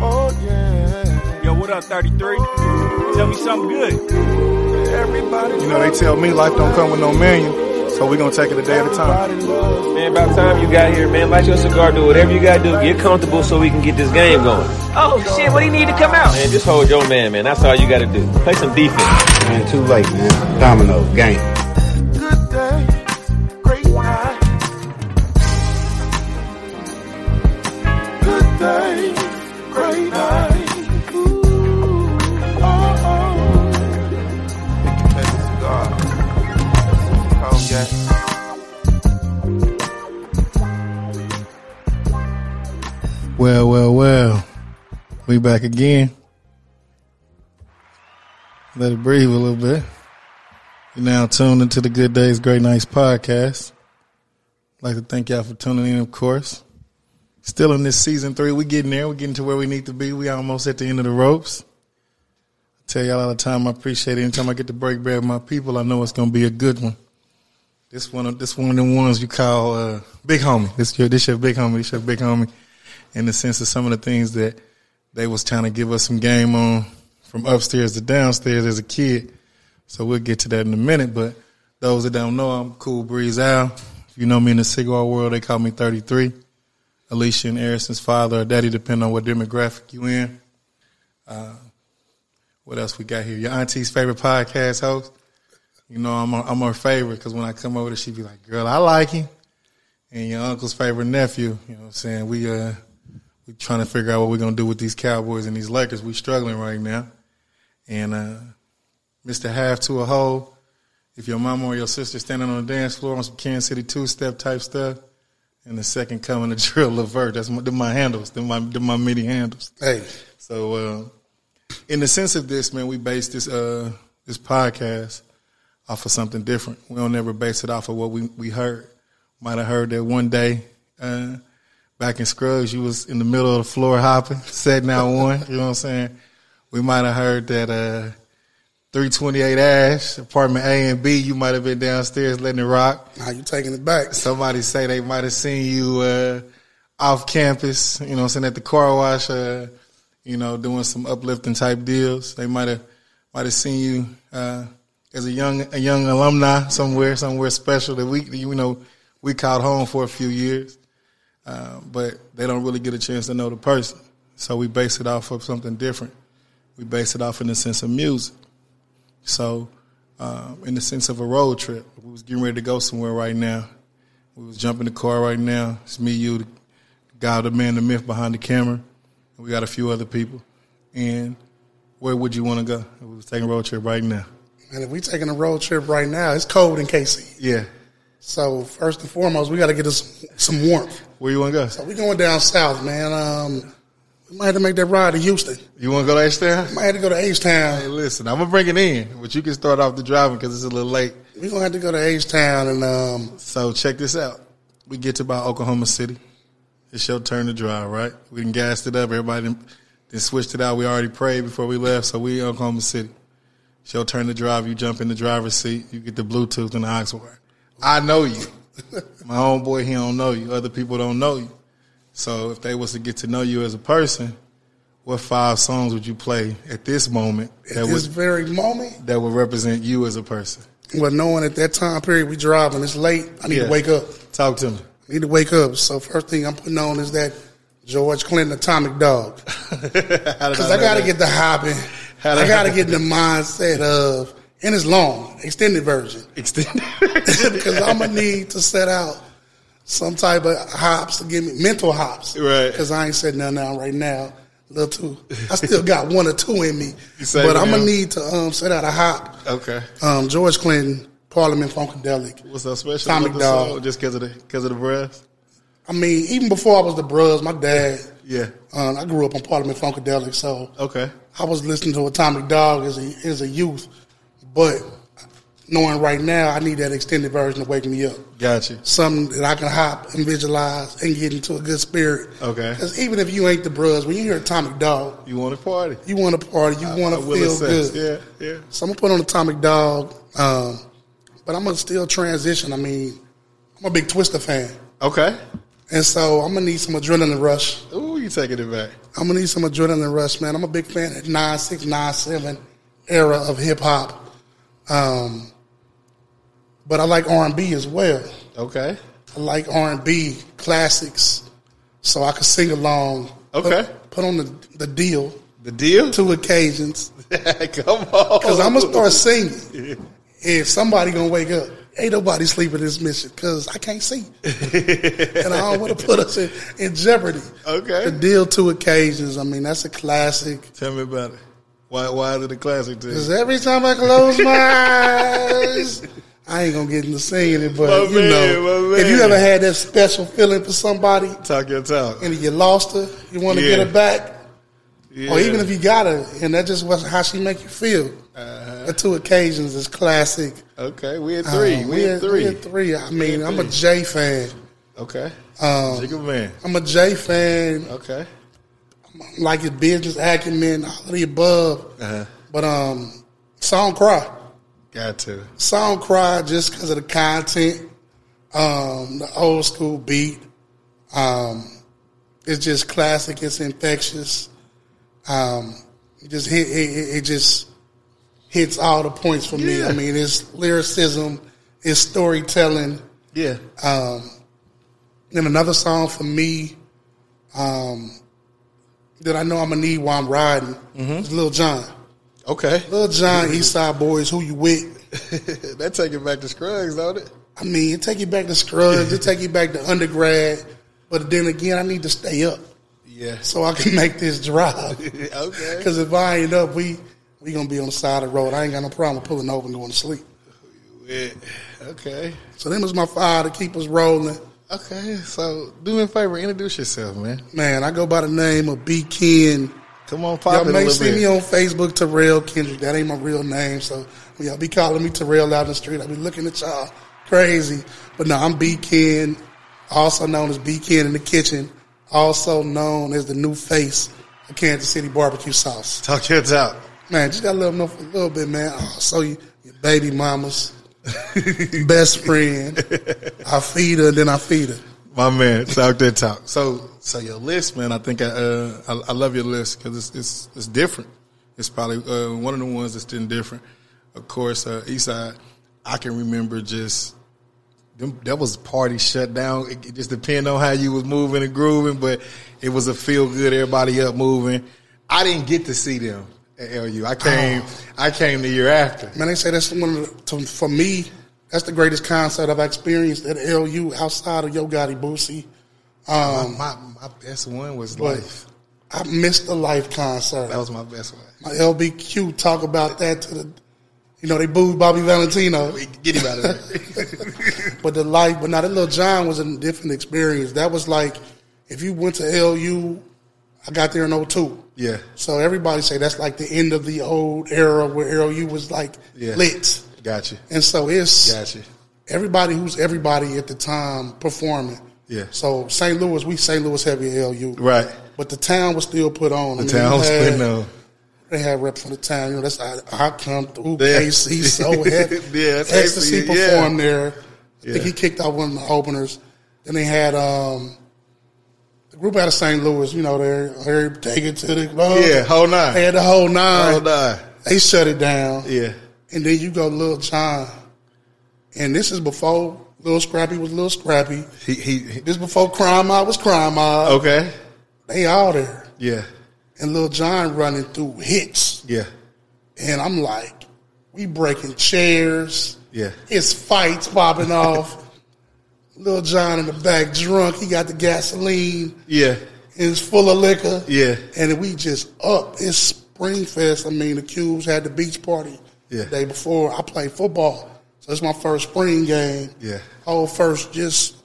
Oh yeah. Yo, what up, 33? Tell me something good. Everybody. You know, they tell me life don't come with no million, so we gonna take it a day at a time. Man, about time you got here, man. Light your cigar, do whatever you gotta do. Get comfortable so we can get this game going. Oh shit, what do you need to come out? Man, just hold your man, man. That's all you gotta do. Play some defense. Man, too late, man. Domino, game. Good day. Great night. Good day. Great night. Ooh. Oh, oh. Take a cigar. Oh, yeah. Well, well, well. We back again. Let it breathe a little bit. You're now tuned into the Good Days, Great Nights podcast. I'd like to thank y'all for tuning in, of course. Still in this season three. we getting there. We're getting to where we need to be. We almost at the end of the ropes. I tell y'all all the time, I appreciate it. Anytime I get to break bread with my people, I know it's going to be a good one. This one, of- this one of them ones you call uh, big homie. This your, this your big homie. This your big homie. In the sense of some of the things that they was trying to give us some game on from upstairs to downstairs as a kid. So we'll get to that in a minute. But those that don't know, I'm Cool Breeze Al. If you know me in the cigar world, they call me 33. Alicia and Harrison's father or daddy, depending on what demographic you in. Uh, what else we got here? Your auntie's favorite podcast host. You know, I'm her, I'm her favorite because when I come over, she be like, "Girl, I like him." And your uncle's favorite nephew. You know, what I'm saying we uh we trying to figure out what we're gonna do with these Cowboys and these Lakers. We struggling right now. And uh Mr. Half to a Hole, if your mama or your sister standing on the dance floor on some Kansas City two step type stuff, and the second coming to drill Levert. That's my, them my handles. Them my them my mini handles. Hey, So, uh, in the sense of this, man, we base this uh, this podcast off of something different. We don't ever base it off of what we we heard. Might have heard that one day uh, back in Scruggs, you was in the middle of the floor hopping, setting out one. You know what I'm saying? We might have heard that uh, 328 Ash apartment A and B. You might have been downstairs letting it rock Now you taking it back. somebody say they might have seen you uh, off campus, you know, what I'm saying at the car wash, uh, you know, doing some uplifting type deals. They might have might have seen you uh, as a young a young alumni somewhere, somewhere special that we you know we called home for a few years, uh, but they don't really get a chance to know the person. So we base it off of something different. We base it off in the sense of music. So, um, in the sense of a road trip, we was getting ready to go somewhere right now. We was jumping the car right now. It's me, you, the guy, the man, the myth behind the camera. And we got a few other people. And where would you want to go? We was taking a road trip right now. And if we taking a road trip right now, it's cold in KC. Yeah. So first and foremost, we got to get us some warmth. Where you want to go? So we going down south, man. Um, we might have to make that ride to Houston. You want to go to H-Town? Might have to go to H Hey, Town. listen, I'm going to bring it in, but you can start off the driving because it's a little late. We gonna have to go to H Town, and um, So check this out. We get to about Oklahoma City. It's your turn to drive, right? We done gassed it up. Everybody done, done switched it out. We already prayed before we left, so we in Oklahoma City. It's your turn to drive. You jump in the driver's seat. You get the Bluetooth and the aux wire. I know you. My homeboy, he don't know you. Other people don't know you. So if they was to get to know you as a person, what five songs would you play at this moment at that this would very moment, that would represent you as a person? well, knowing at that time period we driving, it's late. I need Yeah. to wake up. Talk to me. I need to wake up. So first thing I'm putting on is that George Clinton Atomic Dog. Because I got to get the hopping. How did I I- got to get in the mindset of, and it's long, extended version. extended. Because I'm going to need to set out some type of hops to give me mental hops. Right. Because I ain't setting nothing out right now. Little two. I still got one or two in me. saving But I'm going them. to need to um, set out a hop. Okay. Um, George Clinton, Parliament Funkadelic. What's so special Atomic about the Dog. song? Just because of the because of the breath? I mean, even before I was the bros, my dad, Yeah. um, I grew up on Parliament Funkadelic. So Okay. I was listening to Atomic Dog as a as a youth, but knowing right now I need that extended version to wake me up. Got you. Something that I can hop and visualize and get into a good spirit. Okay. Because even if you ain't the bros, when you hear Atomic Dog, You want to party? you want to party, you want I to will feel assess. good. Yeah. Yeah. So I'm gonna put on Atomic Dog, um, but I'm gonna still transition. I mean, I'm a big Twister fan. Okay. And so I'm gonna need some adrenaline rush. Ooh, you taking it back. I'm gonna need some adrenaline rush, man. I'm a big fan of nine six nine seven era of hip hop, um, but I like R and B as well. Okay. I like R and B classics, so I could sing along. Okay. Put, put on the the deal The deal? two occasions Come on. because I'm gonna oh. start singing. If somebody gonna wake up, ain't nobody sleeping this mission because I can't see, and I don't want to put us in, in jeopardy. Okay. the deal two occasions. I mean, that's a classic. Tell me about it. Why? Why is it a classic to Because you? every time I close my eyes, I ain't gonna get into singing it. But My you man, know, my if you man. ever had that special feeling for somebody Talk your talk. and you lost her, you want to Yeah. get her back. Yeah. Or even if you got her, and that just was how she make you feel. The two occasions is classic. okay, we at Uh-huh. three. Um, we at three. We at three. I mean, I'm a three. J fan. Okay. Um, Jigga man. I'm a J fan. Okay. Like his business acumen, all of the above. Uh-huh. But um, song cry, Got to. song cry, just because of the content, um, the old school beat. Um, it's just classic. It's infectious. Um, it just hit. It, it, it just hits all the points for me. Yeah. I mean, it's lyricism, it's storytelling. Yeah. Um, then another song for me um, that I know I'm gonna need while I'm riding is Lil John. Okay. Lil John, Eastside Boys, who you with? that take it back to Scruggs, don't it? I mean, it take you back to Scrubs, it take you back to undergrad, but then again, I need to stay up Yeah. so I can make this drive. okay. Because if I ain't up, we we gonna be on the side of the road. I ain't got no problem pulling over and going to sleep. Yeah. Okay. So them was my fire to keep us rolling. Okay. So do me a favor, introduce yourself, man. Man, I go by the name of B Ken. Come on, Y'all pop it a may little see bit. me on Facebook, Terrell Kendrick. That ain't my real name. So when y'all be calling me Terrell out in the street, I be looking at y'all crazy. But no, I'm B Ken, also known as B Ken in the kitchen, also known as the new face of Kansas City barbecue sauce. Talk your talk. Man, just gotta let them know for a little bit, man. Also, you, your baby mama's best friend. I feed her, then I feed her. My man, talk that talk. So, so your list, man. I think I, uh, I, I love your list because it's, it's it's different. It's probably uh, one of the ones that's been different. Of course, uh, Eastside. I can remember just them, that was party shut down. It, it just depended on how you was moving and grooving, but it was a feel good. Everybody up moving. I didn't get to see them at LU. I came. I came the year after. Man, they say that's one of the, to, for me, that's the greatest concert I've experienced at LU outside of Yo Gotti Boosie. my my best one was But life. I missed the Life concert. That was my best one. My LBQ talk about that to the, you know, they booed Bobby Valentino, Get him out of there. but the Life, but now that Little John was a different experience. That was like, if you went to LU, I got there in 02. yeah. So everybody say that's like the end of the old era where LU was like Yeah. lit. Gotcha. And so it's Gotcha. everybody who's everybody at the time performing. Yeah. So St. Louis, we St. Louis heavy at LU. Right. But the town was still put on. The I mean, town was they putting had- on. They had reps from the town. You know, that's I, I come through Yeah. AC so heavy. Yeah, that's Ecstasy AC, yeah. performed there. I Yeah. think he kicked out one of the openers. Then they had um, the group out of St. Louis. You know, they're, they're taking to the club. Yeah, whole nine. They had the whole nine. Whole nine. They shut it down. Yeah. And then you go Lil John. And this is before Lil Scrappy was Lil Scrappy. He, he, he- This before Crime Mob was Crime Mob. okay. They all there. Yeah. And Lil John running through hits. Yeah. And I'm like, we breaking chairs. Yeah. It's fights popping off. Lil John in the back drunk. He got the gasoline. Yeah. It's full of liquor. Yeah. And we just up. It's spring fest. I mean, the Cubes had the beach party Yeah. the day before. I played football. So it's my first spring game. Yeah. Whole first just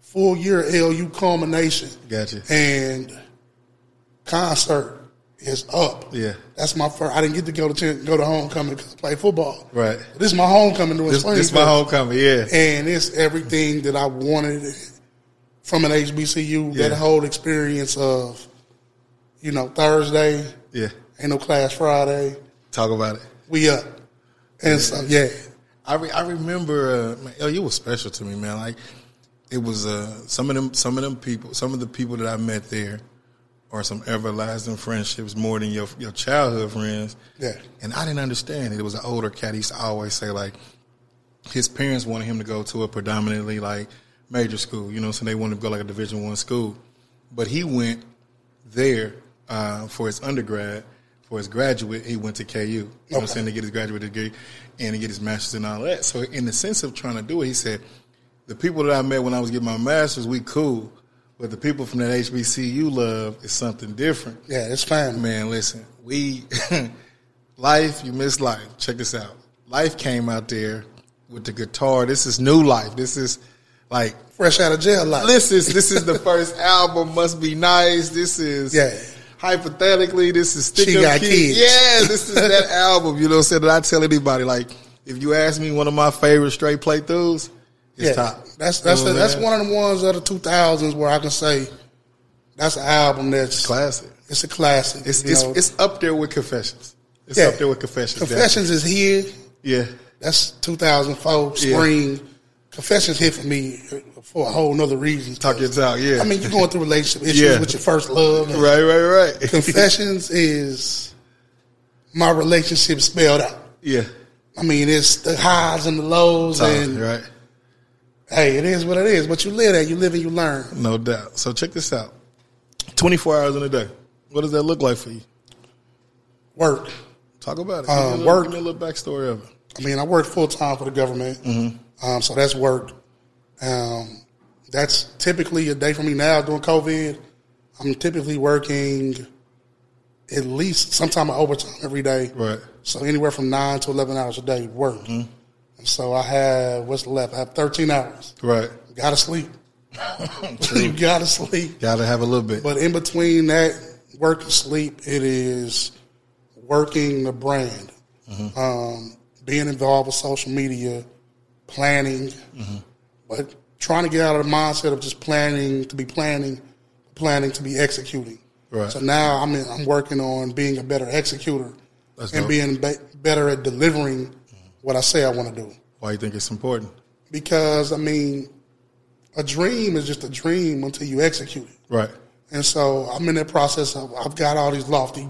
full year LU culmination. Gotcha. And concert is up. Yeah. That's my first. I didn't get to go to chan- go to homecoming because I played football. Right. This is my homecoming during This, spring this my fest homecoming. Yeah. and it's everything that I wanted from an HBCU. Yeah. That whole experience of, you know, Thursday Yeah. ain't no class Friday. Talk about it. We up, and so yeah, I re- I remember uh, man, LU was special to me, man. Like it was uh, some of them some of them people some of the people that I met there are some everlasting friendships more than your your childhood friends. Yeah. And I didn't understand it. It was an older cat. He used to always say like his parents wanted him to go to a predominantly like major school, you know, so they wanted him to go like a division one school. But he went there uh, for his undergrad. For his graduate, he went to KU. You know what I'm Okay. saying? To get his graduate degree and to get his master's and all that. So in the sense of trying to do it, he said, the people that I met when I was getting my master's, we cool. But the people from that HBCU love is something different. Yeah, it's fine, man. Man, listen, we life, you miss life. Check this out. Life came out there with the guitar. This is new life. This is like Fresh out of jail life. this is this is the first album. Must be nice. This is Yeah. Hypothetically, this is stick She up Got kids. Kids. Yeah, this is that album. You know, what I'm saying that I tell anybody like if you ask me one of my favorite straight playthroughs, it's top. That's that's You know what that's I'm one of the ones of the two thousands where I can say that's an album that's classic. it's a classic. It's you it's, know. it's up there with Confessions. It's Yeah. up there with Confessions. Confessions is here. Yeah. That's two thousand four Yeah. spring. Confessions hit for me for a whole nother reason. Talk your talk. Yeah. I mean, you're going through relationship issues Yeah. with your first love. and right, right, right. Confessions is my relationship spelled out. yeah. I mean, it's the highs and the lows, and right. hey, it is what it is. But you live that, you live and you learn. No doubt. So check this out. Twenty four hours in a day. What does that look like for you? Work. Talk about it. Uh, give me a little, work. give me a little backstory of it. I mean, I work full time for the government, Mm-hmm. um, so that's work. Um, that's typically a day for me now during COVID. I'm typically working at least sometime of overtime every day. Right. So anywhere from nine to eleven hours a day work. And so I have what's left? I have thirteen hours. Right. Gotta sleep. you gotta sleep. Gotta have a little bit. But in between that work and sleep, it is working the brand, um, being involved with social media, planning, but trying to get out of the mindset of just planning to be planning, planning to be executing. Right. So now I'm in, I'm working on being a better executor That's and dope. being be- better at delivering what I say I want to do Why you think it's important? because I mean, a dream is just a dream until you execute it. Right. And so I'm in that process of I've got all these lofty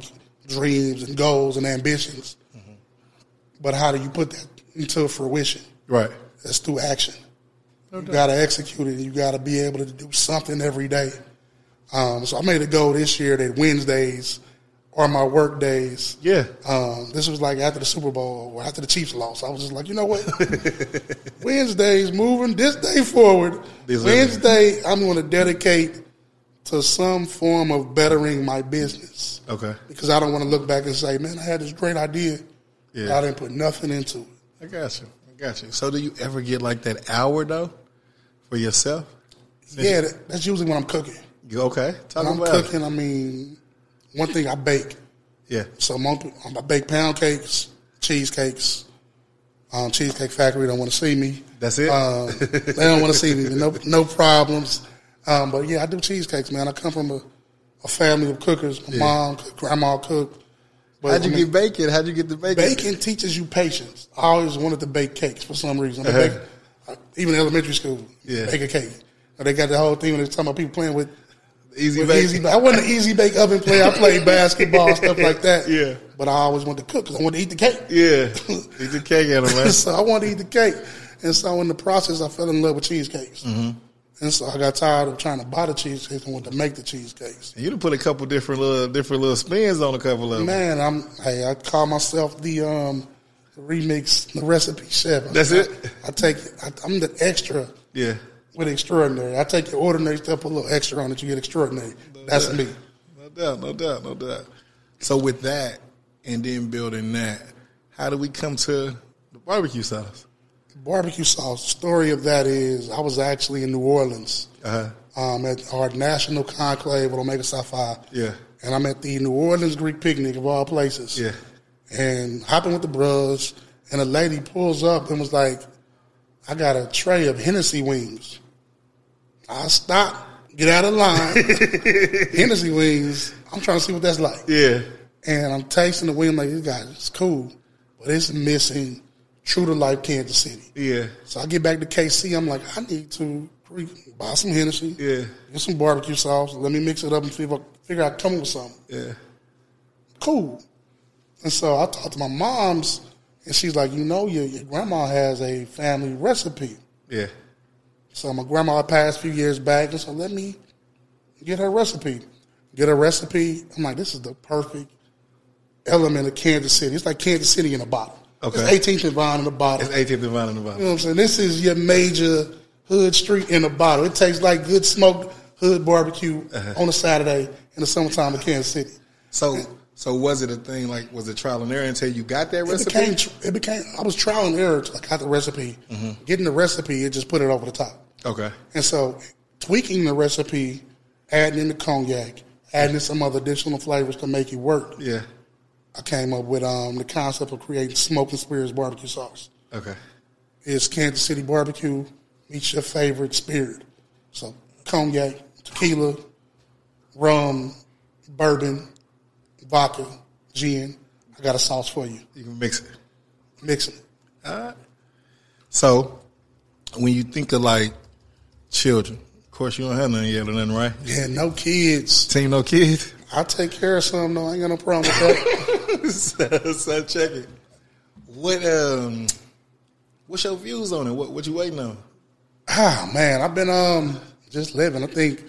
dreams and goals and ambitions, but how do you put that into fruition? Right. That's through action. you got to execute it. You got to be able to do something every day. Um, so I made a goal this year that Wednesdays are my work days. Yeah. Um, this was like after the Super Bowl or after the Chiefs lost. I was just like, you know what? Wednesday's moving this day forward. These are- Wednesday, I'm going to dedicate to some form of bettering my business Okay. because I don't want to look back and say, man, I had this great idea. but Yeah. I didn't put nothing into it. I got you. I got you. So do you ever get like that hour though for yourself? Yeah, that, that's usually when I'm cooking. You okay? Talk When I'm about it. cooking, I mean, one thing I bake. Yeah. So mon- I bake pound cakes, cheesecakes. Um, Cheesecake Factory don't want to see me. That's it? Um, they don't want to see me. No, no problems. Um, but yeah, I do cheesecakes, man. I come from a, a family of cookers. My mom, cook, grandma cook. But How'd I you mean, get bacon? How'd you get the bacon? baking teaches you patience. I always wanted to bake cakes for some reason. I Uh-huh. bake- I- even in elementary school, Yeah. bake a cake. They got the whole thing when they talking about people playing with Easy with bacon. easy- I wasn't an easy bake oven player. I played basketball stuff like that. Yeah. but I always wanted to cook because I wanted to eat the cake. Yeah. Eat the cake out of us. so I wanted to eat the cake, and so in the process, I fell in love with cheesecakes. Mm-hmm. And so I got tired of trying to buy the cheesecakes and wanted to make the cheesecakes. You done put a couple different little different little spins on a couple of them. Man, I'm hey, I call myself the um, remix, the recipe chef. That's it? I take I, I'm the extra Yeah. with extraordinary. I take your ordinary stuff, put a little extra on it, you get extraordinary. That's me. No doubt, no doubt, no doubt. So with that and then building that, how do we come to the barbecue sauce? Barbecue sauce. The story of that is I was actually in New Orleans Uh-huh. um, at our national conclave with Omega Psi Phi. Yeah. And I'm at the New Orleans Greek picnic of all places. Yeah. And hopping with the bros, and a lady pulls up and was like, I got a tray of Hennessy wings. I stop, get out of line. Hennessy wings. I'm trying to see what that's like. Yeah. and I'm tasting the wing I'm like this guy is cool, but it's missing true to life Kansas City. Yeah. So I get back to KC. I'm like, I need to free, buy some Hennessy, Yeah. get some barbecue sauce. Let me mix it up and see if I figure out come with something. Yeah. cool. And so I talked to my mom's, and she's like, you know, your, your grandma has a family recipe. Yeah. So my grandma passed a few years back, and so let me get her recipe. Get her recipe. I'm like, this is the perfect element of Kansas City. It's like Kansas City in a bottle. Okay. It's 18th and Vine in a bottle. It's 18th and Vine in the You know bottom. what I'm saying? This is your major hood street in a bottle. It tastes like good smoked hood barbecue Uh-huh. on a Saturday in the summertime in Kansas City. So, so was it a thing like was it trial and error until you got that It recipe? became, it became, I was trial and error till I got the recipe. Mm-hmm. Getting the recipe, it just put it over the top. okay. And so tweaking the recipe, adding in the cognac, adding in some other additional flavors to make it work, Yeah. I came up with um, the concept of creating smoking spirits barbecue sauce. Okay. It's Kansas City barbecue meets your favorite spirit. So cognac, tequila, rum, bourbon, vodka, gin. I got a sauce for you. You can mix it. Mixing it. So, when you think of like children, of course you don't have none yet or nothing, right? Yeah, no kids. Team no kids. I'll take care of some though. I ain't got no problem with that. so, so check it. What um, what's your views on it? What what you waiting on? ah man, I've been um just living. I think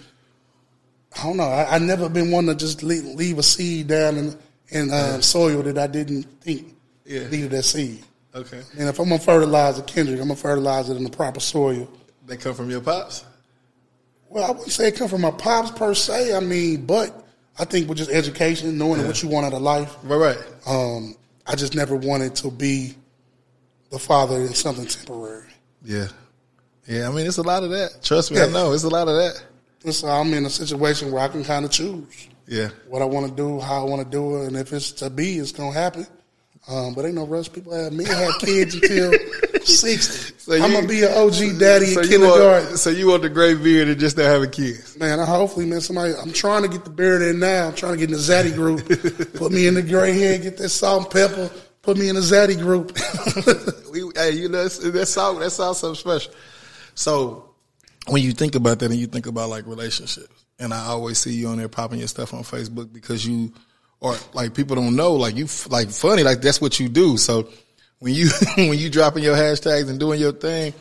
I don't know. I, I never been one to just leave, leave a seed down in in um, soil that I didn't think Yeah. needed that seed. Okay, And if I'm gonna fertilize a Kendrick, I'm gonna fertilize it in the proper soil. they come from your pops. Well, I wouldn't say it come from my pops per se. I mean, but I think with just education, knowing what you want out of life, Right, right. um, I just never wanted to be the father in something temporary. Yeah, yeah. I mean, it's a lot of that. Trust me, I Yeah. know it's a lot of that. And so I'm in a situation where I can kind of choose Yeah, what I want to do, how I want to do it, and if it's to be, it's gonna happen. Um, but ain't no rush. People have men have kids until sixty. So you- I'm gonna be an OG daddy so in you kindergarten. want so you want the gray beard and just not having kids. Man, I hopefully, man, somebody. I'm trying to get the beard in now. I'm trying to get in the Zaddy group. put me in the gray hair. Get that salt and pepper. Put me in the Zaddy group. We, hey, you know that's that's all that's all something special. So when you think about that and you think about like relationships, and I always see you on there popping your stuff on Facebook because you or like people don't know like you f- like funny like that's what you do. So when you when you dropping your hashtags and doing your thing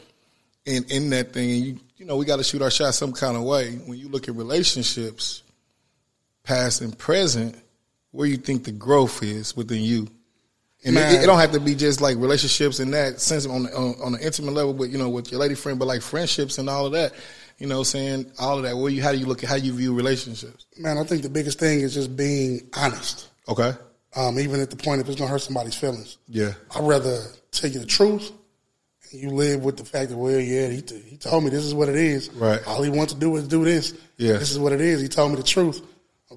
and in that thing, and you you know we got to shoot our shot some kind of way. When you look at relationships, past and present, where you think the growth is within you. And it- it, Man. don't have to be just like relationships in that sense on the, on, on the intimate level, but you know, with your lady friend, but like friendships and all of that. You know, what I'm saying all of that. Where you, how do you look at how you view relationships? man, I think the biggest thing is just being honest. Okay. Um, even at the point if it's gonna hurt somebody's feelings. Yeah. I'd rather tell you the truth. and You live with the fact that, well, yeah, he, t- he told me this is what it is. Right. All he wants to do is do this. Yeah. This is what it is. He told me the truth.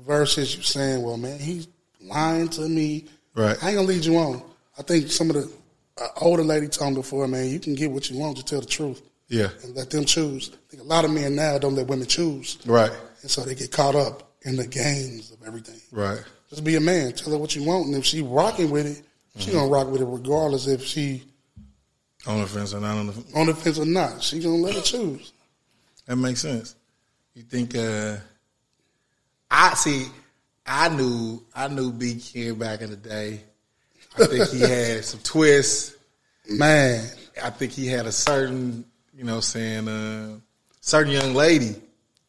Versus you saying, well, man, he's lying to me. Right. I ain't going to lead you on. I think some of the uh, older lady told me before, man, you can get what you want, just tell the truth. Yeah. And let them choose. I think a lot of men now don't let women choose. Right. And so they get caught up in the games of everything. Right. Just be a man. Tell her what you want, and if she rocking with it, she gonna rock with it regardless if she On the fence or not on the fence. on the fence or not. She gonna let her choose. That makes sense. You think uh I see I knew I knew B King back in the day. I think he had some twists. Man, I think he had a certain, you know, what I'm saying uh, certain young lady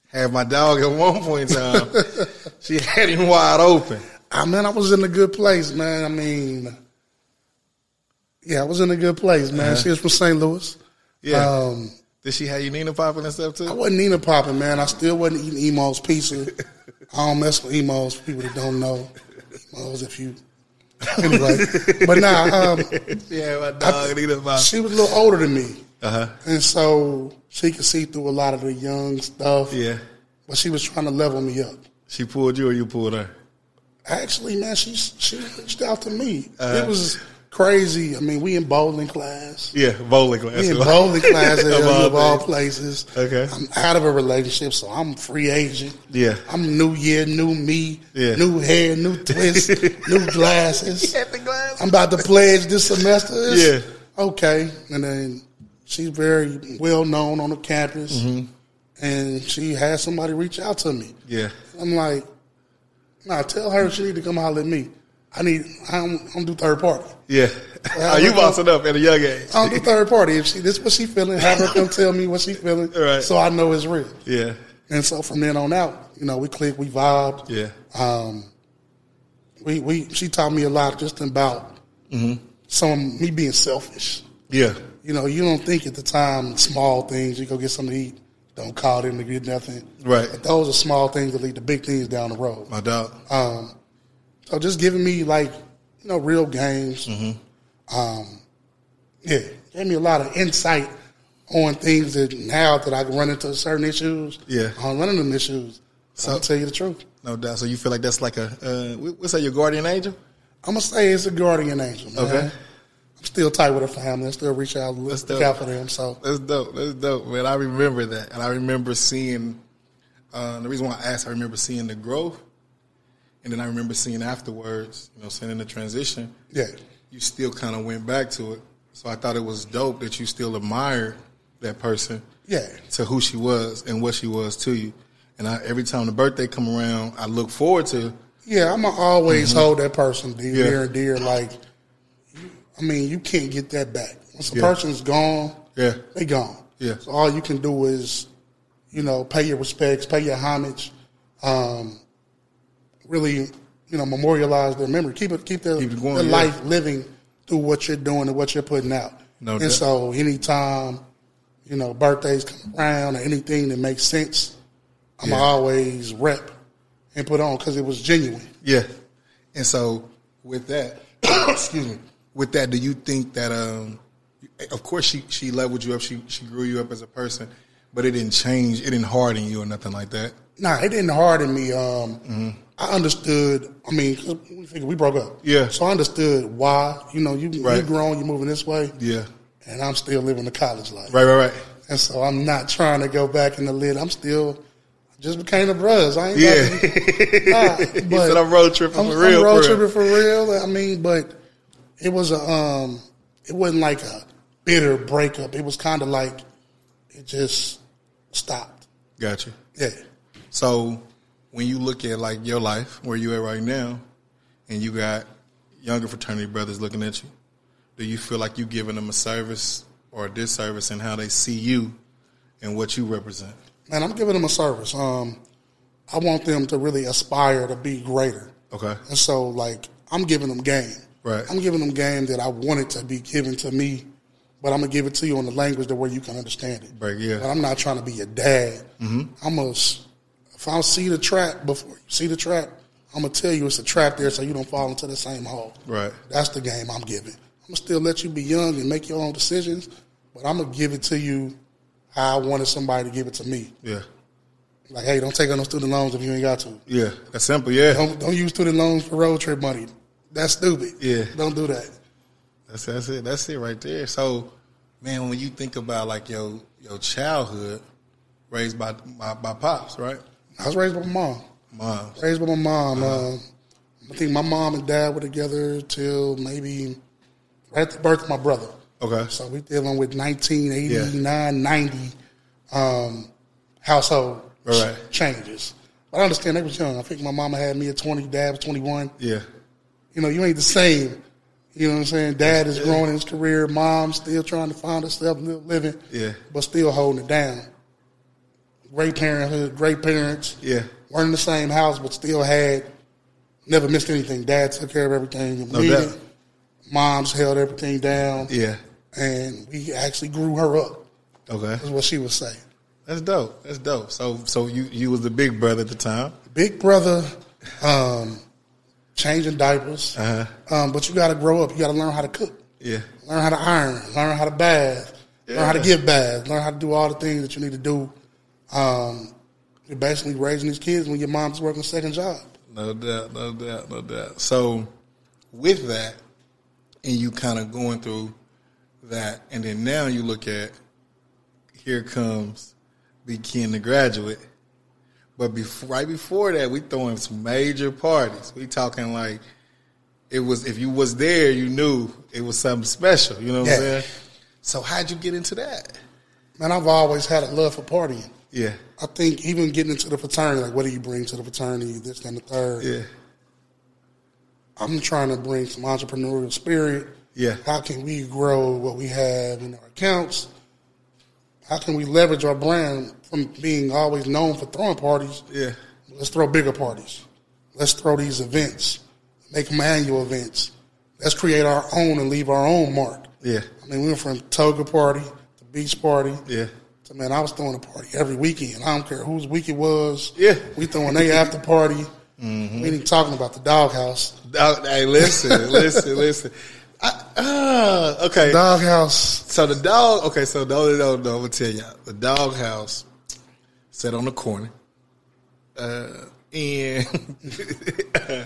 had my dog at one point in time. she had him wide open. I mean, I was in a good place, man. I mean, yeah, I was in a good place, man. She was from St. Louis. Yeah. Um, Did she have you Nina popping and stuff I too? wasn't Nina popping, man. I still wasn't eating Emo's pizza. I don't mess with Emo's. For people that don't know Emo's, if you anyway, but nah, um, Yeah, my dog Nina popping. she was a little older than me. Uh huh. And so she could see through a lot of the young stuff. Yeah. But she was trying to level me up. She pulled you or you pulled her? Actually, man, she she reached out to me. Uh, it was crazy. I mean, we in bowling class. Yeah, bowling class. We in bowling class at Of all all, of all things. places. Okay. I'm out of a relationship, so I'm free agent. Yeah. I'm new year, new me, Yeah. new hair, new twist, new glasses. I'm about to pledge this semester. It's- Yeah. Mm-hmm. Okay. And then she's very well known on the campus. and she had somebody reach out to me. Yeah. I'm like, nah, tell her she need to come holler at me. I need, I don't, I don't do third party. Yeah. Oh. Well, Are you I- bossing up at a young age? I don't do third party. If she, this what she feeling, have her come tell me what she feeling, Right. so I know it's real. Yeah. And so from then on out, you know, we clicked, we vibed. Yeah. Um, we we she taught me a lot just about Mm-hmm. some me being selfish. Yeah. You know, you don't think at the time small things. You go get something to eat. Don't call them to get nothing. Right. But those are small things that lead to big things down the road. My dog. Um, so just giving me like you know real games. Mm-hmm. Um, yeah, gave me a lot of insight on things that now that I can run into certain issues. Yeah. I'm running them issues. So I'll tell you the truth. No doubt. So you feel like that's like a uh, wh- what's that? Your guardian angel? Uh-huh. I'm gonna say it's a guardian angel. Man. Okay. I'm still tight with her family. I still reach out, look, dope. look out for them. So That's dope. That's dope, man. I remember that, and I remember seeing. Uh, the reason why I asked, I remember seeing the growth, and then I remember seeing afterwards, you know, seeing the transition. yeah, You still kind of went back to it, so I thought it was dope that you still admired that person yeah, to who she was and what she was to you. And I, every time the birthday come around, I look forward to. yeah. I'm gonna always hold that person dear, Mm-hmm. Yeah. dear, and dear. Like, I mean, you can't get that back. Once a Yeah. person's gone, Yeah, they gone. Yeah. So all you can do is, you know, pay your respects, pay your homage, um, really, you know, memorialize their memory, keep it, keep their, Keep it going, their yeah. life living through what you're doing and what you're putting out. No and doubt. so anytime, you know, birthdays come around or anything that makes sense, I'm Yeah. always rep and put on because it was genuine. yeah. And so with that, excuse me. With that, do you think that? um Of course, she she leveled you up. She she grew you up as a person, but it didn't change. It didn't harden you or nothing like that. Nah, it didn't harden me. Um, Mm-hmm. I understood. I mean, 'cause we figured we broke up. Yeah. So I understood why. You know, you you Right. grown, you moving this way, Yeah. and I'm still living the college life. Right. Right. Right. And so I'm not trying to go back in the lid. I'm still I just became a bruz. I ain't. Yeah. about to- Nah, he but said I'm road tripping I'm, for I'm real. road for real." tripping for real. I mean, but it was a um, it wasn't like a bitter breakup. It was kind of like it just stopped. Gotcha. Yeah. So when you look at like your life, where you at right now, and you got younger fraternity brothers looking at you, do you feel like you giving them a service or a disservice in how they see you and what you represent? man, I'm giving them a service. Um, I want them to really aspire to be greater. Okay. And so, like, I'm giving them game. Right. I'm giving them game that I want it to be given to me, but I'm gonna give it to you in the language that where you can understand it. Right, yeah. Mm-hmm. But I'm not trying to be your dad. I'm a. If I see the trap before you see the trap, I'm gonna tell you it's a trap there, so you don't fall into the same hole. Right. That's the game I'm giving. I'm gonna still let you be young and make your own decisions, but I'm gonna give it to you how I wanted somebody to give it to me. Yeah. Like, hey, don't take out no student loans if you ain't got to. Yeah. That's simple. Yeah. Don't don't use student loans for road trip money. That's stupid. Yeah. Don't do that. That's that's it. That's it right there. So, man, when you think about like your your childhood, raised by by, by pops, right? I was raised by my mom. Mom. Raised by my mom. Uh-huh. Uh, I think my mom and dad were together till maybe right at the birth of my brother. Okay. So we dealing with 1989, 90 um, household Right. ch- changes. But I understand they was young. I think my mama had me at 20, dad was 21. Yeah. you know, you ain't the same. You know what I'm saying? Dad is growing in his career. Mom's still trying to find herself, live- living, Yeah. but still holding it down. Great parenthood, great parents. Yeah. Weren't in the same house, but still had, never missed anything. Dad took care of everything. No needed. doubt. Mom's held everything down. Yeah. And we actually grew her up, Okay. is what she was saying. That's dope. That's dope. So so you you was the big brother at the time. Big brother, um, changing diapers. Uh-huh. Um, but you got to grow up. You got to learn how to cook. Yeah. learn how to iron, learn how to bath, learn how to Yeah. give baths, learn how to do all the things that you need to do. Um, you're basically raising these kids when your mom's working a second job. No doubt, no doubt, no doubt. So with that, and you kind of going through that, and then now you look at here comes Big Ken the graduate. But before, right before that, we throwing some major parties. We talking like it was if you was there, you knew it was something special. You know what Yeah. I'm saying? So how'd you get into that? Man, I've always had a love for partying. Yeah. I think even getting into the fraternity, like what do you bring to the fraternity, this, that, and the third. Yeah. I'm trying to bring some entrepreneurial spirit. Yeah. How can we grow what we have in our accounts? How can we leverage our brand from being always known for throwing parties? Yeah. Let's throw bigger parties. Let's throw these events. Make them annual events. Let's create our own and leave our own mark. Yeah. I mean, we went from toga party to beach party. Yeah. So man, I was throwing a party every weekend. I don't care whose week it was. Yeah. Mm-hmm. we throwing they after party. We ain't even talking about the doghouse. Dog- Hey, listen, listen, listen. I, uh, okay. Doghouse. So the dog. Okay. So no, no, no. I'm gonna tell y'all. The dog house set on the corner, uh, and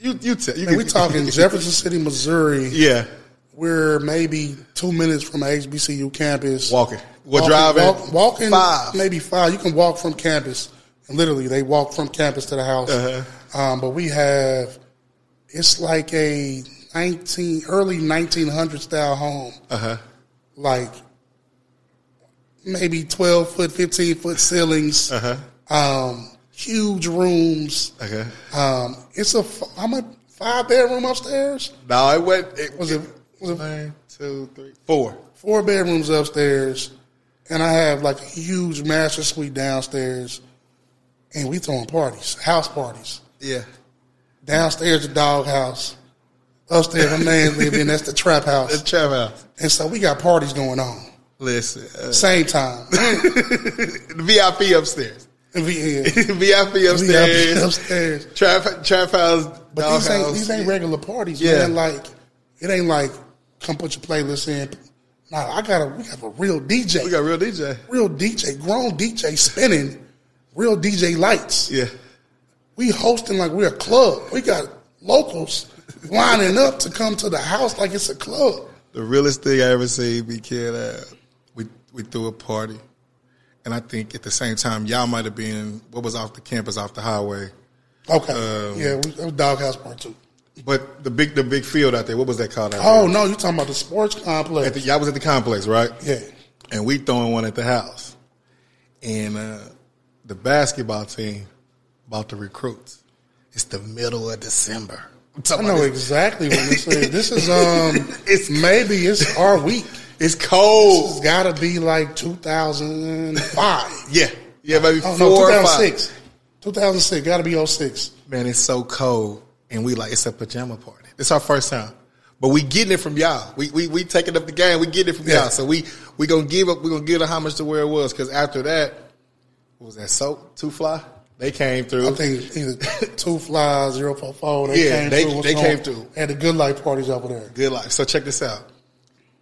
you you tell you Man, we talking Jefferson City, Missouri. Yeah, We're maybe two minutes from a HBCU campus. walking. We're Walking- driving. walk- walking five. maybe five. You can walk from campus. And literally, they walk from campus to the house. Uh-huh. Um, but we have it's like a nineteen early nineteen hundred style home. Uh-huh. Like maybe twelve foot, fifteen foot ceilings. Uh-huh, Um, huge rooms. Okay. Um, it's a f- I'm a five bedroom upstairs. No, it went. It Was it was it one, two, three, four. four bedrooms upstairs, and I have like a huge master suite downstairs, and we throwing parties, house parties. Yeah. Downstairs the dog house, upstairs my man live in that's the trap It's house, trap house. and so we got parties going on Listen, uh, same time. the VIP upstairs. And we- yeah. VIP We upstairs. upstairs. Trap trap house. But dog these ain't house. these ain't regular parties, Yeah. man. Like it ain't like come put your playlist in. Nah, I got to we have a real DJ. We got real DJ. real DJ, grown DJ spinning, real DJ lights. Yeah. We hosting like we're a club. We got locals lining up to come to the house like it's a club. The realest thing I ever seen be kid uh, we we threw a party. And I think at the same time y'all might have been what was off the campus, off the highway. Okay, Um, yeah, we, it was Doghouse Part Two. But the big the big field out there, what was that called out Oh there? no, you talking about the sports At the, complex? y'all was at the complex, right? Oh. Yeah, and we throwing one at the house, and uh, the basketball team about to recruits. It's the middle of December. I'm I talking know about exactly what this is. This is um, It's- maybe it's our week. It's It's cold. got to be like 2005. Yeah, yeah, maybe Oh, four no, or five. 2006. 2006, got to be 06. Man, it's so cold, and we like it's a pajama party. It's our first time, but we getting it from y'all. We we we taking up the game. We getting it from Yeah. y'all. So we we gonna give up. We gonna give the homage to where it was. Because after that, what was that soap two fly? They came through. I think either two flies, zero four four. They Yeah, came they- through. What's they going- came through. Had the good life parties over there. Good life. So check this out.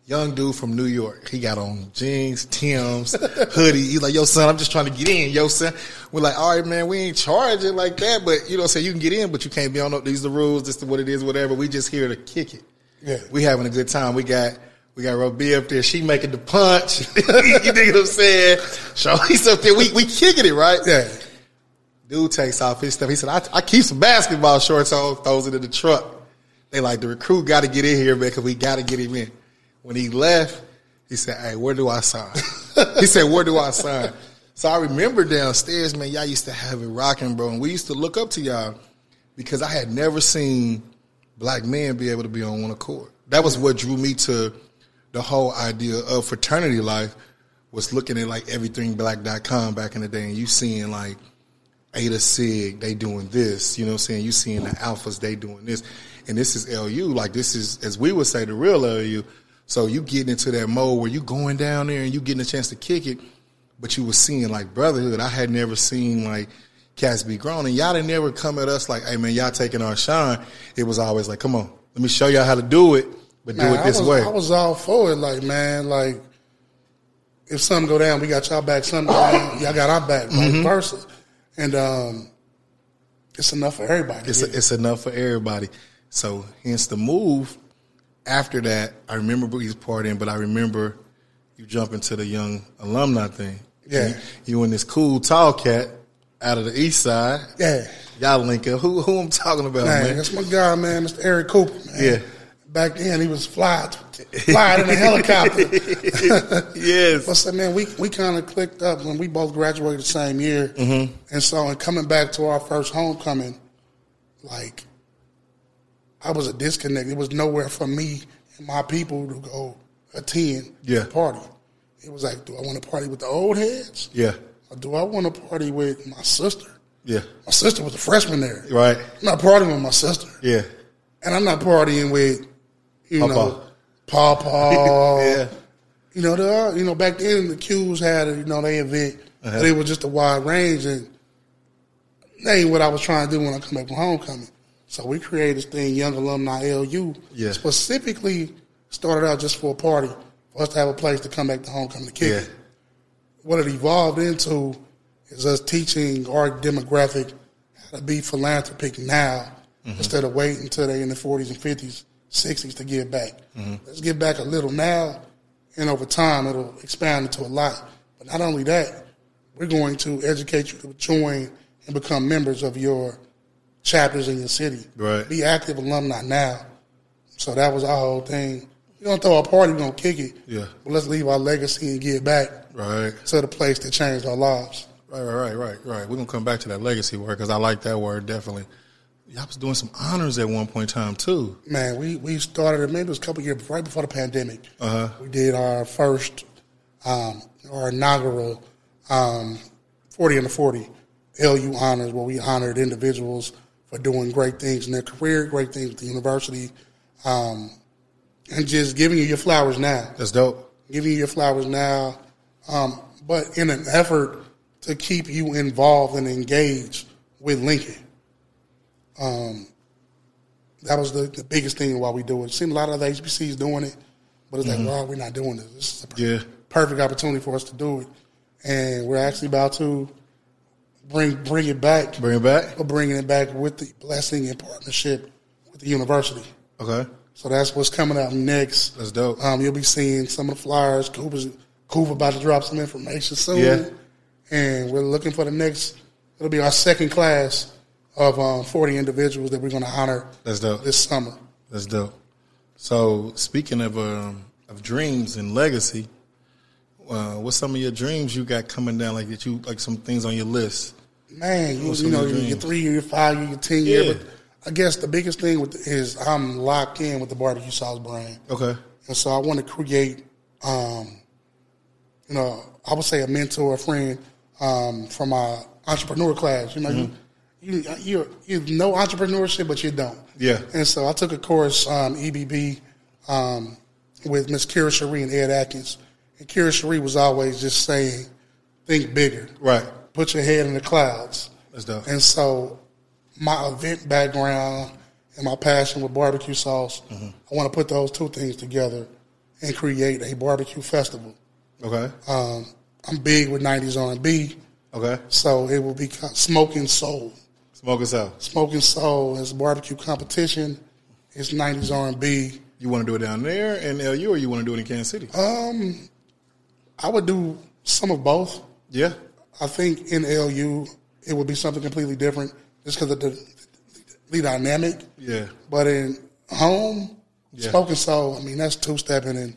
Young dude from New York. He got on jeans, Tim's, hoodie. He's like, yo, son, I'm just trying to get in, yo, son. We're like, all right, man, we ain't charging like that, but you know, say you can get in, but you can't be on no, these the rules, this is what it is, whatever. We just here to kick it. Yeah. We having a good time. We got we got Robbie up there. She making the punch. you dig what I'm saying? Shawty's up there. We we kicking it, right? Yeah, Dude takes off his stuff. He said, I, I keep some basketball shorts on, throws it in the truck. They like, the recruit got to get in here, man, because we got to get him in. When he left, he said, hey, where do I sign? he said, where do I sign? So I remember downstairs, man, y'all used to have it rocking, bro. And we used to look up to y'all because I had never seen black men be able to be on one accord. That was what drew me to the whole idea of fraternity life was looking at like everythingblack.com back in the day and you seeing like Ada Sig, they doing this. You know what I'm saying? You seeing the alphas, they doing this. And this is LU. Like this is, as we would say, the real LU. So you getting into that mode where you going down there and you getting a chance to kick it, but you was seeing like brotherhood. I had never seen like cats be grown. And y'all didn't never come at us like, hey man, y'all taking our shine. It was always like, come on, let me show y'all how to do it, but Man, do it this I was, way. I was all for it. Like man, like if something go down, we got y'all back. Something go down, y'all got our back. Mm-hmm. Vice versa, and um, it's enough for everybody. It's, it's enough for everybody. So hence the move. After that, I remember Boogie's partying, but I remember you jumping to the young alumni thing. Yeah. You, you and this cool tall cat out of the east side. yeah, Y'all link up. Who who I'm talking about, man, man? that's my guy, man, Mr. Eric Cooper. Man. Yeah. Back then, he was flying, flying in a helicopter. Yes. But so, man, we, we kind of clicked up when we both graduated the same year. Mm-hmm. And so, and coming back to our first homecoming, like, I was a disconnect. It was nowhere for me and my people to go attend Yeah. the party. It was like, do I want to party with the old heads? Yeah. Or do I want to party with my sister? Yeah. My sister was a freshman there. Right. I'm not partying with my sister. Yeah. And I'm not partying with, you Papa. know, Pawpaw. yeah. You know, there are, you know, back then the Qs had, you know, they event, Uh-huh. but it was just a wide range and that ain't what I was trying to do when I come back from homecoming. So we created this thing, Young Alumni LU, Yeah. specifically started out just for a party for us to have a place to come back to homecoming to kick Yeah. it. What it evolved into is us teaching our demographic how to be philanthropic now Mm-hmm. instead of waiting until they in the 40s and 50s, 60s to give back. Mm-hmm. Let's give back a little now, and over time it'll expand into a lot. But not only that, we're going to educate you to join and become members of your chapters in your city. Right. Be active alumni now. So that was our whole thing. We're gonna throw a party, we're gonna kick it. Yeah. But let's leave our legacy and give back Right. to the place that changed our lives. Right, right, right, right, right. We're gonna come back to that legacy word because I like that word definitely. Y'all was doing some honors at one point in time too. Man, we, we started it maybe it was a couple years right before the pandemic. We did our first um, our inaugural um, forty under forty LU honors where we honored individuals for doing great things in their career, great things at the university, um, and just giving you your flowers now. That's dope. giving you your flowers now, um, but in an effort to keep you involved and engaged with Lincoln. Um, that was the, the biggest thing why we do it. Seen a lot of other HBCs doing it, but it's like, wow, we're not doing this. This is a per- Yeah. perfect opportunity for us to do it, and we're actually about to bring bring it back, Bring it back. but bringing it back with the blessing and partnership with the university. Okay. So that's what's coming up next. That's dope. Um, you'll be seeing some of the flyers. Cooper's Cooper about to drop some information soon. Yeah. And we're looking for the next. It'll be our second class of um, 40 individuals that we're going to honor That's dope. this summer. That's dope. So speaking of um, of dreams and legacy, uh, what's some of your dreams you got coming down? Like that you like some things on your list. Man, you, What's you some know, of your your dreams? three year, your five year, your 10 year. Yeah. But I guess the biggest thing with, is I'm locked in with the barbecue sauce brand. Okay. And so I want to create, um, you know, I would say a mentor, a friend um, from my entrepreneur class. You know, you, you you you know entrepreneurship, but you don't. Mm-hmm. Yeah. And so I took a course um, EBB um, with Miss Kira Cherie and Ed Atkins, and Kira Cherie was always just saying, "Think bigger, Right. put your head in the clouds." That's dope. And so, my event background and my passion with barbecue sauce, I want to put those two things together and create a barbecue festival. Okay. Um, I'm big with '90s R&B, Okay. so it will be co- smoking soul. Smoke us out. Smoking soul is barbecue competition. It's '90s R&B. You want to do it down there in LU, or you want to do it in Kansas City? I would do some of both. yeah. I think in LU it would be something completely different, just because of the, the dynamic. Yeah. But in home, Yeah. spoken soul, I mean, that's two stepping and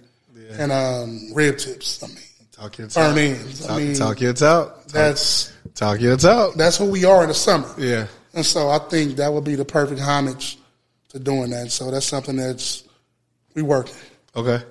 and um, rib tips. I mean, Talk your talk. burn ends. I Talk, mean, talk your talk. Talk, that's talk your talk. that's who we are in the summer. Yeah. And so I think that would be the perfect homage to doing that. So that's something that's we working. Okay.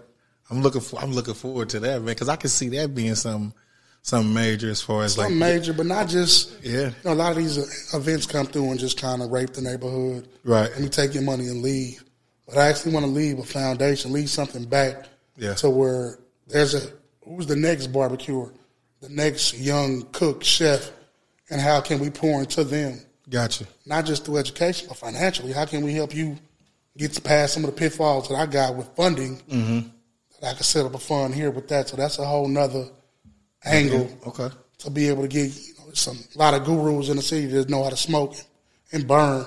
I'm looking for. I'm looking forward to that, man, because I can see that being some some major as far as like Something major, but not just. Yeah. You know, a lot of these events come through and just kind of rape the neighborhood. Right. Let me take your money and leave. But I actually want to leave a foundation, leave something back Yeah. to where there's a who's the next barbecuer, the next young cook, chef, and how can we pour into them? Gotcha. Not just through education, but financially. How can we help you get past some of the pitfalls that I got with funding? Mm-hmm. That I could set up a fund here with that. So that's a whole nother angle Okay. to be able to get you know, some a lot of gurus in the city that know how to smoke and burn.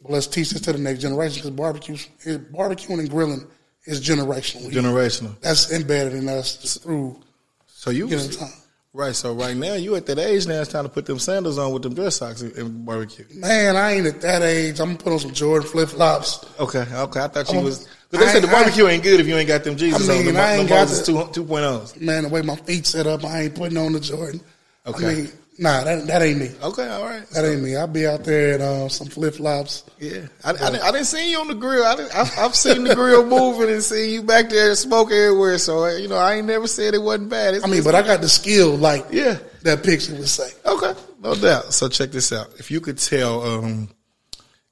But let's teach this to the next generation because barbecue, barbecuing and grilling is generational. Generational. That's embedded in us through So you you know, was, time. Right. So right now you at that age now. It's time to put them sandals on with them dress socks and, and barbecue. Man, I ain't at that age. I'm gonna put on some Jordan flip flops. Okay. Okay. I thought you I'm- was. But they Oh. I said the ain't- I ain't- barbecue ain't good if you ain't got them Jesus I mean, on. The, I the ain't got Moses the- two two point ohs. Man, the way my feet set up, I ain't putting on the Jordan. Okay. I mean, nah, that, that ain't me. Okay. All right. That ain't me. I'll be out there in uh, some flip flops. Yeah, I, I, didn't- I didn't see you on the grill. I didn't, I've, I've seen the grill moving and seen you back there smoke everywhere. So uh, you know, I ain't never said it wasn't bad. It's- I mean, but I got the skill, like Yeah. that picture would say. Okay, no doubt. So check this out. If you could tell, um,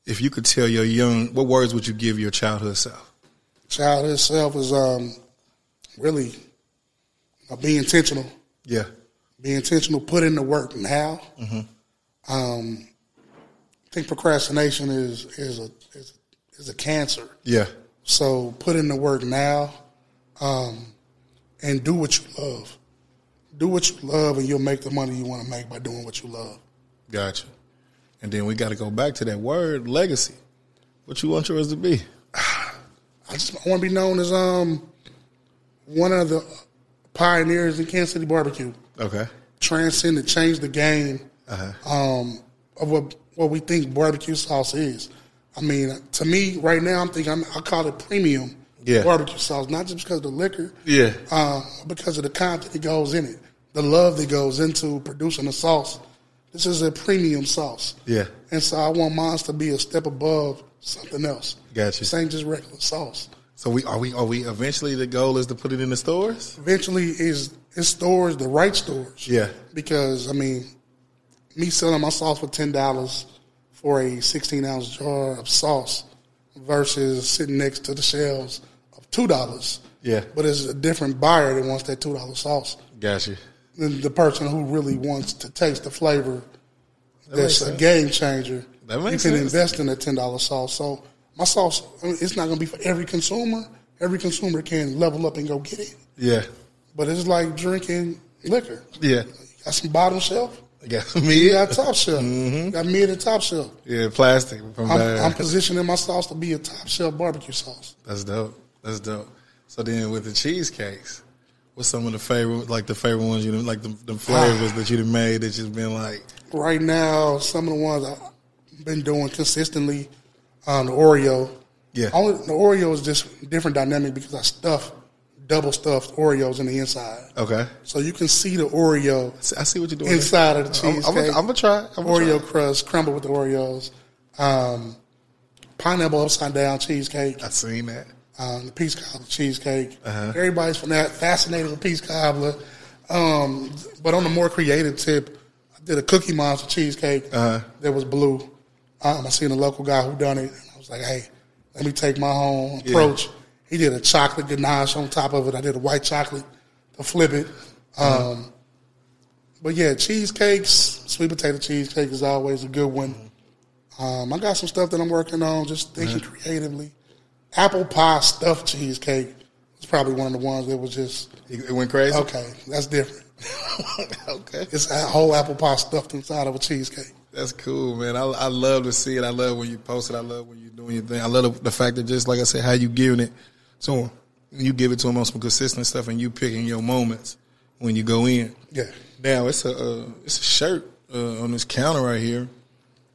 if you could tell your young, what words would you give your childhood self? Child itself is um, really uh, be intentional. Yeah, Be intentional. Put in the work now. Um, I think procrastination is is a is, is a cancer. yeah, So put in the work now, um, and do what you love. Do what you love, and you'll make the money you want to make by doing what you love. gotcha. And then we got to go back to that word legacy. What you want yours to be? I just want to be known as um one of the pioneers in Kansas City barbecue. Okay, transcended, changed the game Uh-huh. um, of what what we think barbecue sauce is. I mean, to me, right now, I'm thinking I'm, I call it premium Yeah. barbecue sauce, not just because of the liquor, Yeah. um, because of the content that goes in it, the love that goes into producing the sauce. This is a premium sauce, Yeah. and so I want mine to be a step above something else. Gotcha. This ain't just regular sauce. so we are we are we eventually the goal is to put it in the stores? eventually is is stores the right stores. Yeah. Because I mean, me selling my sauce for ten dollars for a sixteen ounce jar of sauce versus sitting next to the shelves of two dollars. Yeah. But it's a different buyer that wants that two dollar sauce Gotcha. than the person who really wants to taste the flavor. makes That's a sense. game changer. That makes you can sense. invest in a ten dollar sauce. So my sauce, it's not going to be for every consumer. Every consumer can level up and go get it Yeah, but it's like drinking liquor. yeah. You got some bottom shelf, Yeah, me. you got top shelf, Mm-hmm. you got mid and top shelf. Yeah, plastic from I'm, there. I'm positioning my sauce to be a top shelf barbecue sauce. That's dope. That's dope. So then with the cheesecakes, what's some of the favorite like the favorite ones you done- like the, the Ah. flavors that you done made that just been like Right now, some of the ones I've been doing consistently on the Oreo. Yeah. Only, the Oreo is just different dynamic because I stuff double stuffed Oreos in the inside. okay. So you can see the Oreo See- I see what you're doing. inside of the I'm- cheesecake. I'm gonna- I'm gonna try. I'm gonna Oreo try. crust, crumble with the Oreos, um, pineapple upside down cheesecake, I seen that. um, the peach cobbler cheesecake. Everybody's from that fascinated with peach cobbler. Um, but on the more creative tip, I did a cookie monster cheesecake that was blue. Um, I seen a local guy who done it. And I was like, hey, let me take my own approach. He did a chocolate ganache on top of it. I did a white chocolate to flip it. Um, but yeah, cheesecakes, sweet potato cheesecake is always a good one. Um, I got some stuff that I'm working on, just thinking creatively. Apple pie stuffed cheesecake was probably one of the ones that was just It, it went crazy. okay. That's different. okay. It's a whole apple pie stuffed inside of a cheesecake. That's cool, man. I, I love to see it. I love when you post it. I love when you're doing your thing. I love the, the fact that just like I said, how you giving it to 'em. You give it to them on some consistent stuff, and you picking your moments when you go in. Yeah, Now it's a uh, it's a shirt uh, on this counter right here.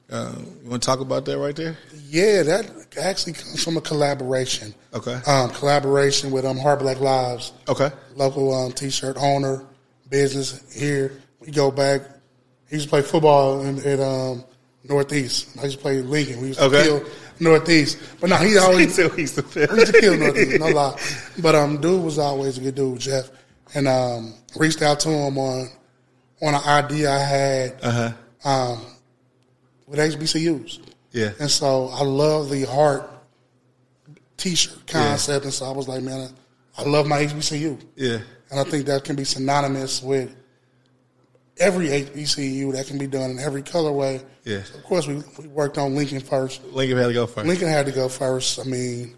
Uh, you want to talk about that right there? yeah. That actually comes from a collaboration. Okay. Um, collaboration with um Hard Black Lives, Okay. local um t-shirt owner, business here. We go back. He used to play football in, in um Northeast. I used to play Lincoln. We used to Okay. kill Northeast, but no, he always We used to kill Northeast, no lie. But um, dude was always a good dude, Jeff, and um, reached out to him on on an idea I had Uh-huh. um, with HBCUs, Yeah. and so I love the heart T-shirt concept, and so I was like, man, I, I love my HBCU, Yeah. and I think that can be synonymous with every HBCU that can be done in every colorway. Yeah. So of course, we, we worked on Lincoln first. Lincoln had to go first. Lincoln had to go first. I mean,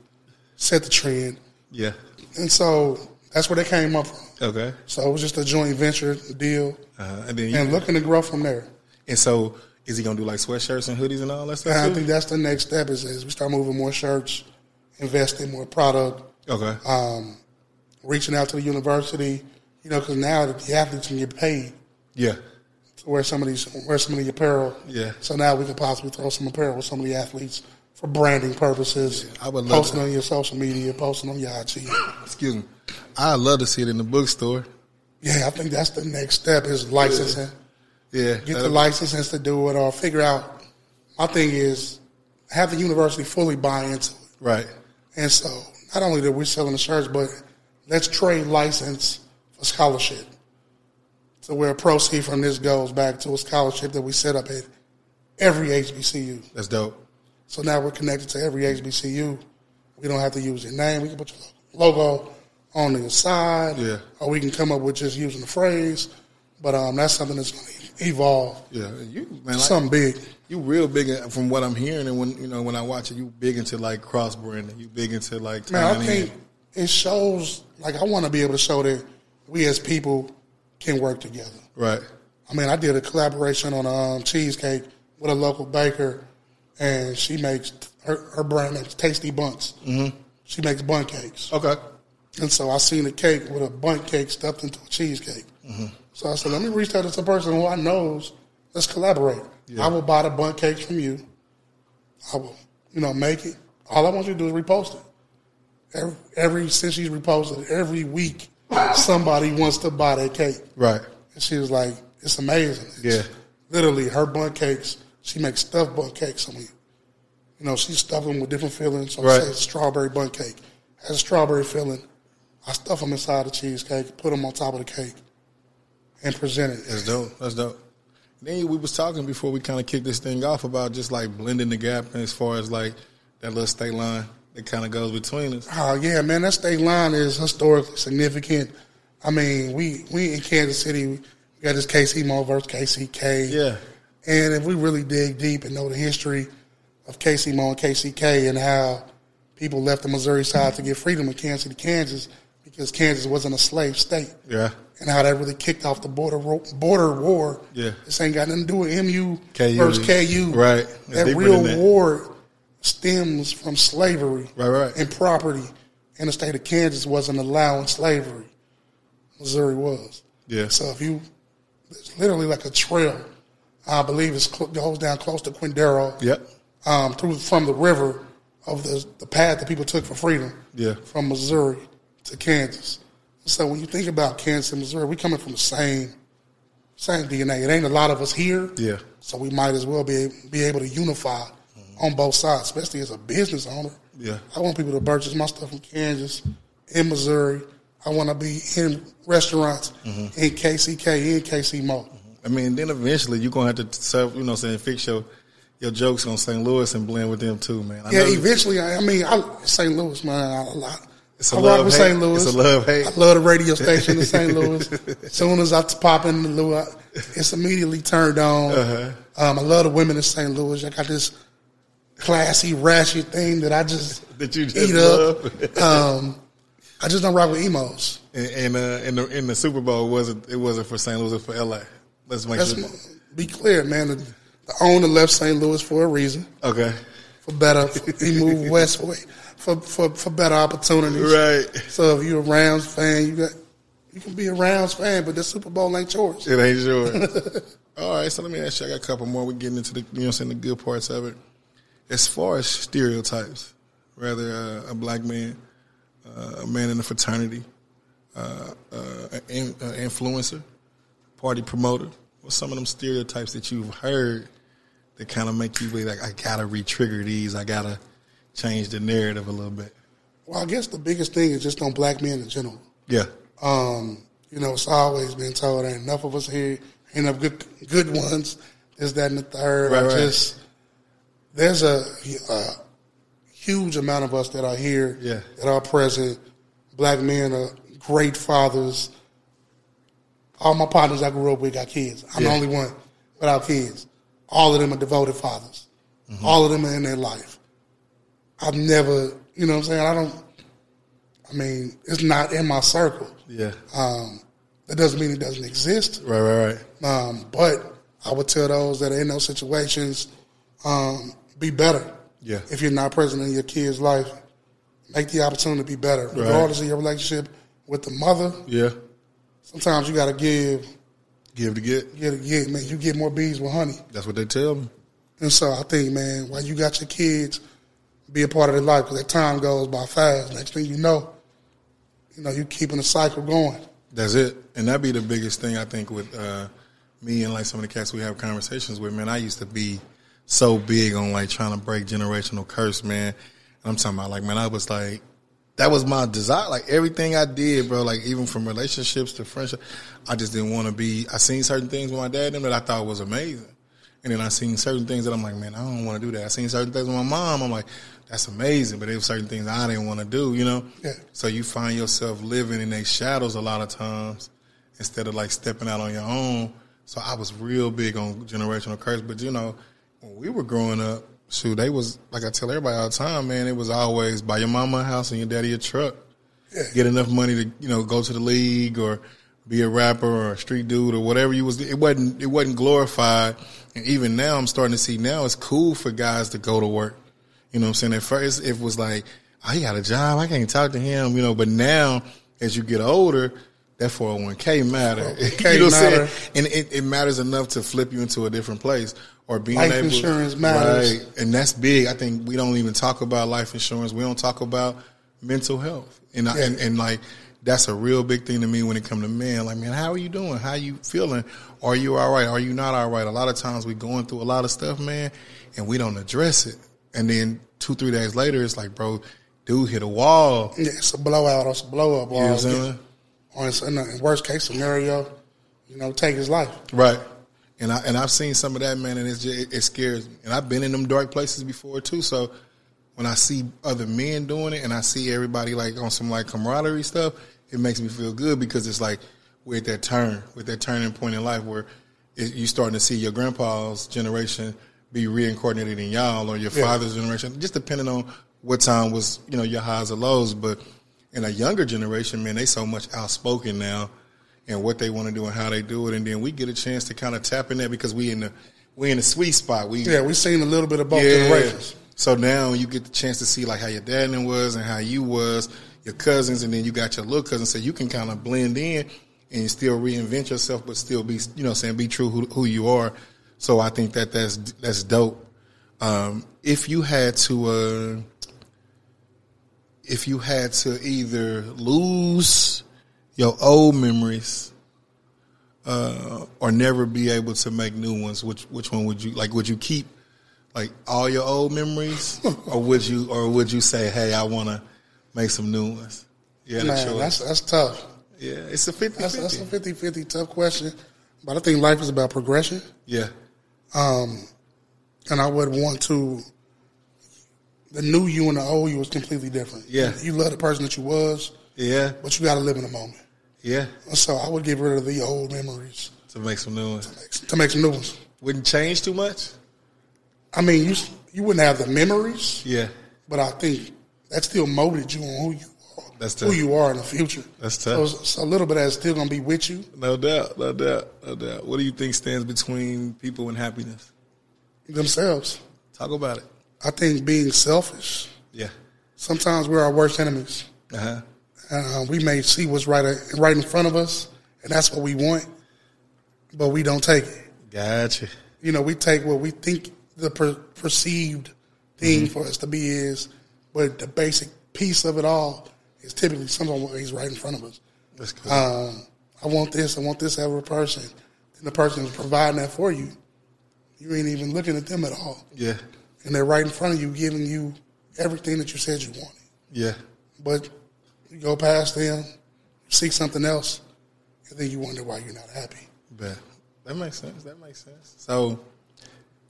set the trend. Yeah. And so that's where they came up from. Okay. So it was just a joint venture deal Uh, and then you, and looking to grow from there. and so is he gonna do like sweatshirts and hoodies and all that And I stuff? think Too? that's the next step is, is we start moving more shirts, invest in more product, Okay. Uh, um, reaching out to the university, you know, because now the athletes can get paid Yeah. to wear some of these, wear some of the apparel. Yeah. So now we could possibly throw some apparel with some of the athletes for branding purposes. I would love posting to- on your social media, posting on your IG. Excuse me. I love to see it in the bookstore. yeah, I think that's the next step is licensing. Yeah. Uh, Get the that'll- licenses to do it, or figure out. My thing is have the university fully buy into it. Right. And so not only that we're selling the shirts, but let's trade license for scholarship. So where proceed from this goes back to a scholarship that we set up at every HBCU. That's dope. So now we're connected to every HBCU. We don't have to use your name. We can put your logo on the side. Yeah. Or we can come up with just using the phrase. But um, that's something that's going to evolve. Yeah. You man, like, Something big. you real big in- from what I'm hearing, and when you know when I watch it, you big into like cross branding. You big into like Man, I tying think in. it shows, like, I want to be able to show that we as people can work together. right. I mean, I did a collaboration on um, cheesecake with a local baker, and she makes her, her brand makes tasty buns. Mm-hmm. She makes bun cakes. Okay. And so I seen a cake with a bun cake stuffed into a cheesecake. Mm-hmm. So I said, let me reach out to some person who I knows. Let's collaborate. Yeah. I will buy the bun cakes from you. I will, you know, make it. All I want you to do is repost it. Every, every since she's reposted, it, every week somebody wants to buy that cake. Right. And she was like, it's amazing. It's Yeah. Literally, her bun cakes, she makes stuffed bun cakes. I mean, you know, she stuffed them with different fillings. So Right. I say strawberry bun cake. Has a strawberry filling. I stuff them inside the cheesecake, put them on top of the cake, and present it. That's dope. That's dope. Then we was talking before we kind of kicked this thing off about just like blending the gap as far as like that little state line that kind of goes between us. Oh yeah, man, that state line is historically significant. I mean, we we in Kansas City, we got this KC Mo versus KCK. Yeah. and if we really dig deep and know the history of KC Mo and KCK and how people left the Missouri side to get freedom in Kansas City, Kansas, because Kansas wasn't a slave state, Yeah. and how that really kicked off the border ro- border war. Yeah. this ain't got nothing to do with MU KU. versus KU. Right. It's that deeper real than that. war stems from slavery Right, right. and property in the state of Kansas wasn't allowing slavery. Missouri was. Yeah. So if you, it's literally like a trail. I believe it's cl- goes down close to Quindaro. Yep. Um, through from the river of the the path that people took for freedom. Yeah. From Missouri to Kansas. So when you think about Kansas and Missouri, we coming from the same same DNA. It ain't a lot of us here. Yeah. So we might as well be be able to unify on both sides, especially as a business owner. Yeah. I want people to purchase my stuff from Kansas, in Missouri. I want to be in restaurants in KCK, in KC Mo. I mean, then eventually you're gonna have to serve, you know, what I'm saying fix your your jokes on St. Louis and blend with them too, man. I Yeah, know- eventually, I, I mean, I St. Louis, man, I, I, It's a I love rock with hate. St. Louis. It's a love hate. I love the radio station in St. Louis. As soon as I pop in the Lou, I- it's immediately turned on. Uh-huh. Um, I love the women in St. Louis. I got this classy, ratchet thing that I just That you just eat love. up. um, I just don't rock with emos. and and, uh, and the in the Super Bowl it wasn't it wasn't for St. Louis, it was for LA. Let's make Let's sure. be clear, man. The, the owner left St. Louis for a reason, Okay. for better. He moved west for, for for for better opportunities. Right. So if you're a Rams fan, you got you can be a Rams fan, but the Super Bowl ain't yours. It ain't sure. All right, so let me ask you, I got a couple more. We're getting into the you know what I'm saying, the good parts of it. As far as stereotypes, rather uh, a black man, uh, a man in a fraternity, uh, uh, an in- uh, influencer, party promoter, what's some of them stereotypes that you've heard that kind of make you be like, I gotta re-trigger these, I gotta change the narrative a little bit. Well, I guess the biggest thing is just on black men in general. Yeah, Uh, Um, you know, it's always been told ain't enough of us here, ain't enough good good ones. This, that, and the third. Right, I right. Just there's a, a huge amount of us that are here, Yeah. that are present. Black men are great fathers. All my partners I grew up with got kids. I'm Yeah. the only one without kids. All of them are devoted fathers. Mm-hmm. All of them are in their life. I've never, you know what I'm saying? I don't, I mean, it's not in my circle. yeah, Uh, Um, that doesn't mean it doesn't exist. right, right, right. Um, but I would tell those that are in those situations, um, be better. Yeah. If you're not present in your kid's life, make the opportunity to be better, regardless of your relationship with the mother. Yeah, Sometimes you got to give Give to get. You get, yeah, man, you get more bees with honey. That's what they tell me. And so I think, man, while you got your kids, be a part of their life because that time goes by fast. Next thing you know, you know, you keeping the cycle going. That's it. And that'd be the biggest thing I think with uh, me and like some of the cats we have conversations with, man. I used to be so big on like trying to break generational curse, man. And I'm talking about like, man, I was like, that was my desire. Like everything I did, bro, like even from relationships to friendship, I just didn't want to be, I seen certain things with my dad and them that I thought was amazing. And then I seen certain things that I'm like, man, I don't want to do that. I seen certain things with my mom. I'm like, that's amazing. But there were certain things I didn't want to do, you know? Yeah. So you find yourself living in their shadows a lot of times instead of like stepping out on your own. So I was real big on generational curse. But you know, when we were growing up, shoot, they was, like I tell everybody all the time, man, it was always buy your mama a house and your daddy a truck. Get enough money to, you know, go to the league or be a rapper or a street dude or whatever you was it wasn't it wasn't glorified and even now I'm starting to see now it's cool for guys to go to work. You know what I'm saying? At first it was like, I got a job, I can't talk to him, you know, but now as you get older, that 401k matter. you know what I'm matter. saying? And it, it matters enough to flip you into a different place or being Life able insurance matters. Right. And that's big. I think we don't even talk about life insurance. We don't talk about mental health. And I, and, and like that's a real big thing to me when it comes to men. Like, man, how are you doing? How you feeling? Are you all right? Are you not all right? A lot of times we going through a lot of stuff, man, and we don't address it. And then two, three days later, it's like, bro, dude hit a wall. Yeah, it's a blowout or it's a blow up. You know Or, what I'm saying? or it's in the worst case scenario, you know, take his life. Right. And I and I've seen some of that man, and it's just, it, it scares me. And I've been in them dark places before too. So when I see other men doing it, and I see everybody like on some like camaraderie stuff, it makes me feel good because it's like we're at that turn, with that turning point in life where it, you starting to see your grandpa's generation be reincarnated in y'all or your father's generation, just depending on what time was you know your highs or lows. But in a younger generation, man, they so much outspoken now and what they want to do and how they do it, and then we get a chance to kind of tap in that because we in the we in the sweet spot. We Yeah, we seen a little bit of both generations. so now you get the chance to see like how your dad then was and how you was, your cousins, and then you got your little cousin. So you can kind of blend in and still reinvent yourself, but still be you know saying be true who, who you are. So I think that that's that's dope. Um, if you had to, uh, if you had to either lose your old memories uh, or never be able to make new ones, which which one would you like? Would you keep like all your old memories, or would you, or would you say, "Hey, I want to make some new ones"? Yeah, Man, that's that's tough. yeah, it's a 50 That's that's a 50-50 tough question. But I think life is about progression. Um, Yeah, and I would want to. The new you and the old you is completely different. Yeah. you love the person that you was, yeah, but you got to live in the moment. yeah, So I would get rid of the old memories to make some new ones. to make some new ones. Wouldn't change too much. I mean, you you wouldn't have the memories, Yeah, but I think that still molded you on who you are, That's who tough. you are in the future. That's tough. So, it's- so a little bit of that's still gonna be with you. no doubt, no doubt, no doubt. What do you think stands between people and happiness? Themselves, Talk about it. I think being selfish. Yeah. Sometimes we're our worst enemies. Uh huh. Uh, we may see what's right uh, right in front of us, and that's what we want, but we don't take it. Gotcha. You know, we take what we think the per- perceived thing Mm-hmm. for us to be is, but the basic piece of it all is typically something always right in front of us. That's cool. Uh, Um, I want this. I want this out of a person, and the person is providing that for you. You ain't even looking at them at all, yeah, and they're right in front of you, giving you everything that you said you wanted yeah, but you go past them, you see something else, and then you wonder why you're not happy. but that makes sense. That makes sense. So,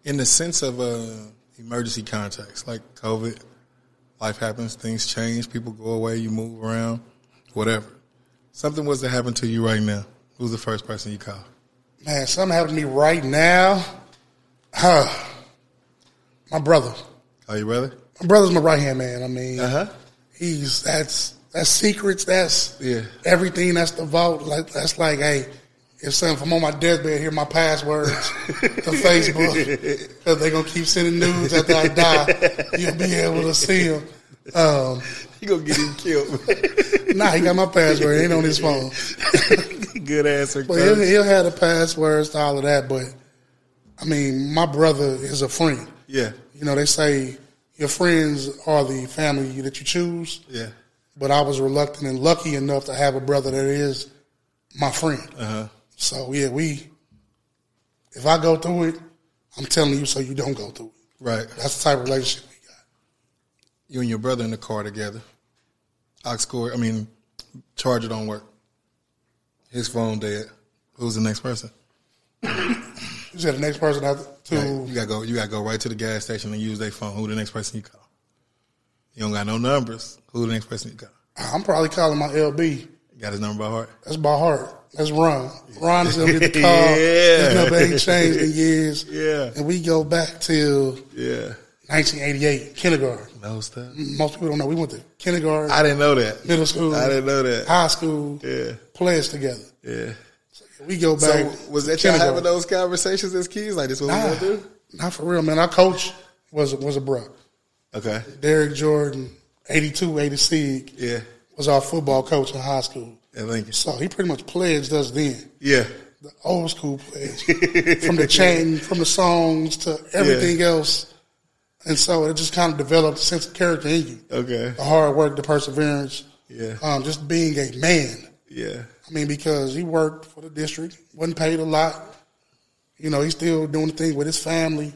in the sense of uh, emergency contacts like COVID, life happens, things change, people go away, you move around, whatever. Something was to happen to you right now. Who's the first person you call? Man, something happened to me right now. Huh. My brother. Call your brother? My brother's my right hand man. I mean, Uh huh. Uh-huh. he's that's that's secrets. That's Yeah. everything. That's the vault. Like that's like, hey, if something if I'm on my deathbed, here are my passwords to Facebook because they're gonna keep sending news after I die. You'll be able to see them. Um, He gonna get him killed. Nah, he got my password. It ain't on his phone. Good answer. But he'll, he'll have the passwords to all of that. But I mean, my brother is a friend. yeah, You know, they say your friends are the family that you choose. yeah, But I was reluctant and lucky enough to have a brother that is my friend. uh-huh. So yeah, we. If I go through it, I'm telling you so you don't go through it. right. That's the type of relationship we got. You and your brother in the car together. Ox cord. I mean, charger don't work. His phone dead. Who's the next person? You said the next person out to Like, you gotta go. You gotta go right to the gas station and use their phone. Who the next person you call? You don't got no numbers. Who the next person you call? I'm probably calling my LB. You got his number by heart. That's by heart. That's Ron. Ron's gonna get the call. His number ain't changed in years. Yeah. And we go back till Yeah. 1988, kindergarten. No stuff. Most people don't know. We went to kindergarten, I didn't know that. middle school, I didn't know that. high school, Yeah. pledged together. Yeah. We go back. So was that to y'all having kindergarten. those conversations as kids? Like this what we gonna do? Nah, not for real, man. Our coach was was a bro. Okay. Derek Jordan, 82, 80 Sieg, Yeah. was our football coach in high school. At Lincoln. So he pretty much pledged us then. Yeah. The old school pledge. from the chanting, from the songs to everything else. And so it just kind of developed a sense of character in you. Okay. The hard work, the perseverance, Yeah. um, just being a man. Yeah. I mean, because he worked for the district, wasn't paid a lot. You know, he's still doing the thing with his family.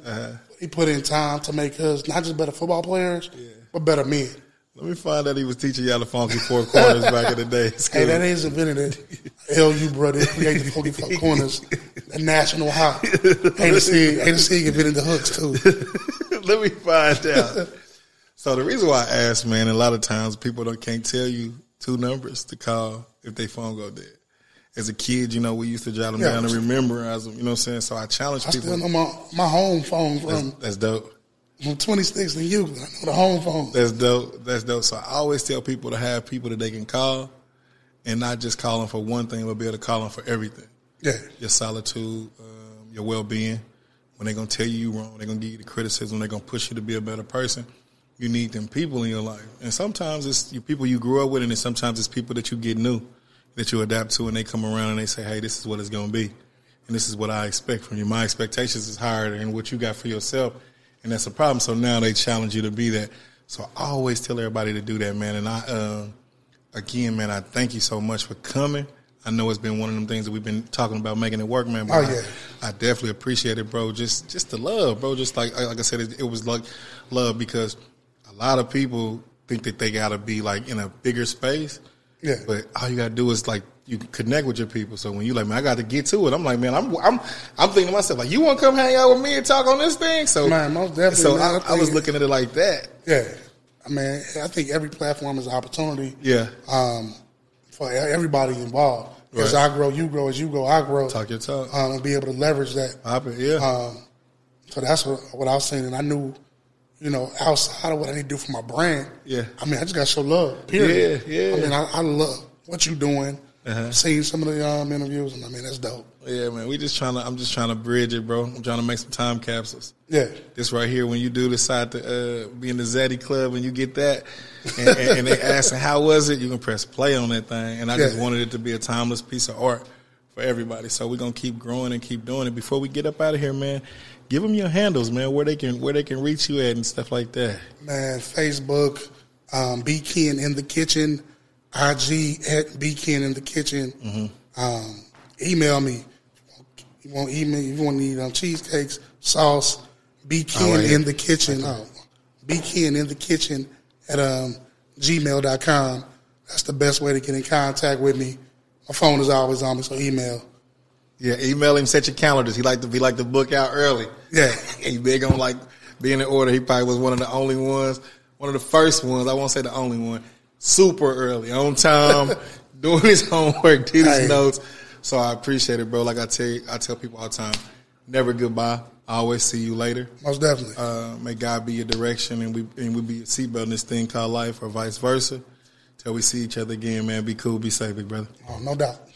He put in time to make us not just better football players, but better men. Let me find out he was teaching y'all the funky four corners back in the day. in school. Hey, that is invented it. LU brothers created the Funky Fuck Corners, the national high. Ada Sig, Ada Sig invented the hooks too. Let me find out. so the reason why I asked, man, a lot of times people don't can't tell you two numbers to call if they phone go dead. As a kid, you know, we used to jot them Yeah. down and memorize them. You know what I'm saying? So I challenge I still people. know my, my home phone That's, from, that's dope. from 26 in Euclid. I know the home phone. That's dope. That's dope. So I always tell people to have people that they can call, and not just call them for one thing, but be able to call them for everything. Yeah. your solitude, um, your well being. When they're gonna tell you you wrong, they're gonna give you the criticism, they're gonna push you to be a better person. You need them people in your life, and sometimes it's your people you grew up with, and then sometimes it's people that you get new, that you adapt to, and they come around and they say, "Hey, this is what it's gonna be, and this is what I expect from you. My expectations is higher than what you got for yourself, and that's a problem. So now they challenge you to be that. So I always tell everybody to do that, man. And I, um, again, man, I thank you so much for coming. I know it's been one of them things that we've been talking about making it work, man. But Oh, I- yeah. I, definitely appreciate it, bro. Just, just the love, bro. Just like, like I said, it, it was like love because a lot of people think that they gotta be like in a bigger space. Yeah. But all you gotta do is like you can connect with your people. So when you like, man, I got to get to it. I'm like, man, I'm, I'm, I'm thinking to myself like, you want to come hang out with me and talk on this thing? So, Man, most definitely, So man. I, I was looking at it like that. Yeah. I mean, I think every platform is an opportunity Yeah. um, for e- everybody involved. As Right. I grow, you grow. As you grow, I grow. Talk Uh-huh. your talk. Um, and be able to leverage that. Pop it. Yeah. Um, so that's what, what I was saying. And I knew, you know, outside of what I need to do for my brand, Yeah. I mean, I just got to show love, period. Yeah, yeah. Uh-huh. I mean, I, I love what you're doing. Seeing some of the um, interviews, and I mean, that's dope. Yeah, man. We just trying to. I'm just trying to bridge it, bro. I'm trying to make some time capsules. Yeah. This right here, when you do decide to uh, be in the Zeddy Club and you get that, and, and, and they asking how was it, you can press play on that thing. And I just Yeah. wanted it to be a timeless piece of art for everybody. So we're gonna keep growing and keep doing it. Before we get up out of here, man, give them your handles, man, where they can where they can reach you at and stuff like that. Man, Facebook, um, B Ken in the kitchen, IG at B Ken in the kitchen. Mm-hmm. Um, email me. You want email? You want to need um, cheesecakes, sauce, B Ken right. in the kitchen. Oh, B Ken in the kitchen at um, gmail.com. That's the best way to get in contact with me. My phone is always on me, so email. Yeah, email him, set your calendars. He like to be like to book out early. Yeah. he big on like being in order. He probably was one of the only ones, one of the first ones. I won't say the only one. Super early, on time, doing his homework, did his Hey. notes. So I appreciate it, bro. Like I tell you, I tell people all the time, never goodbye. I always see you later. Most definitely. Uh, may God be your direction, and we and we be your seatbelt in this thing called life, or vice versa. Till we see each other again, man. Be cool, be safe, big brother. oh, no doubt.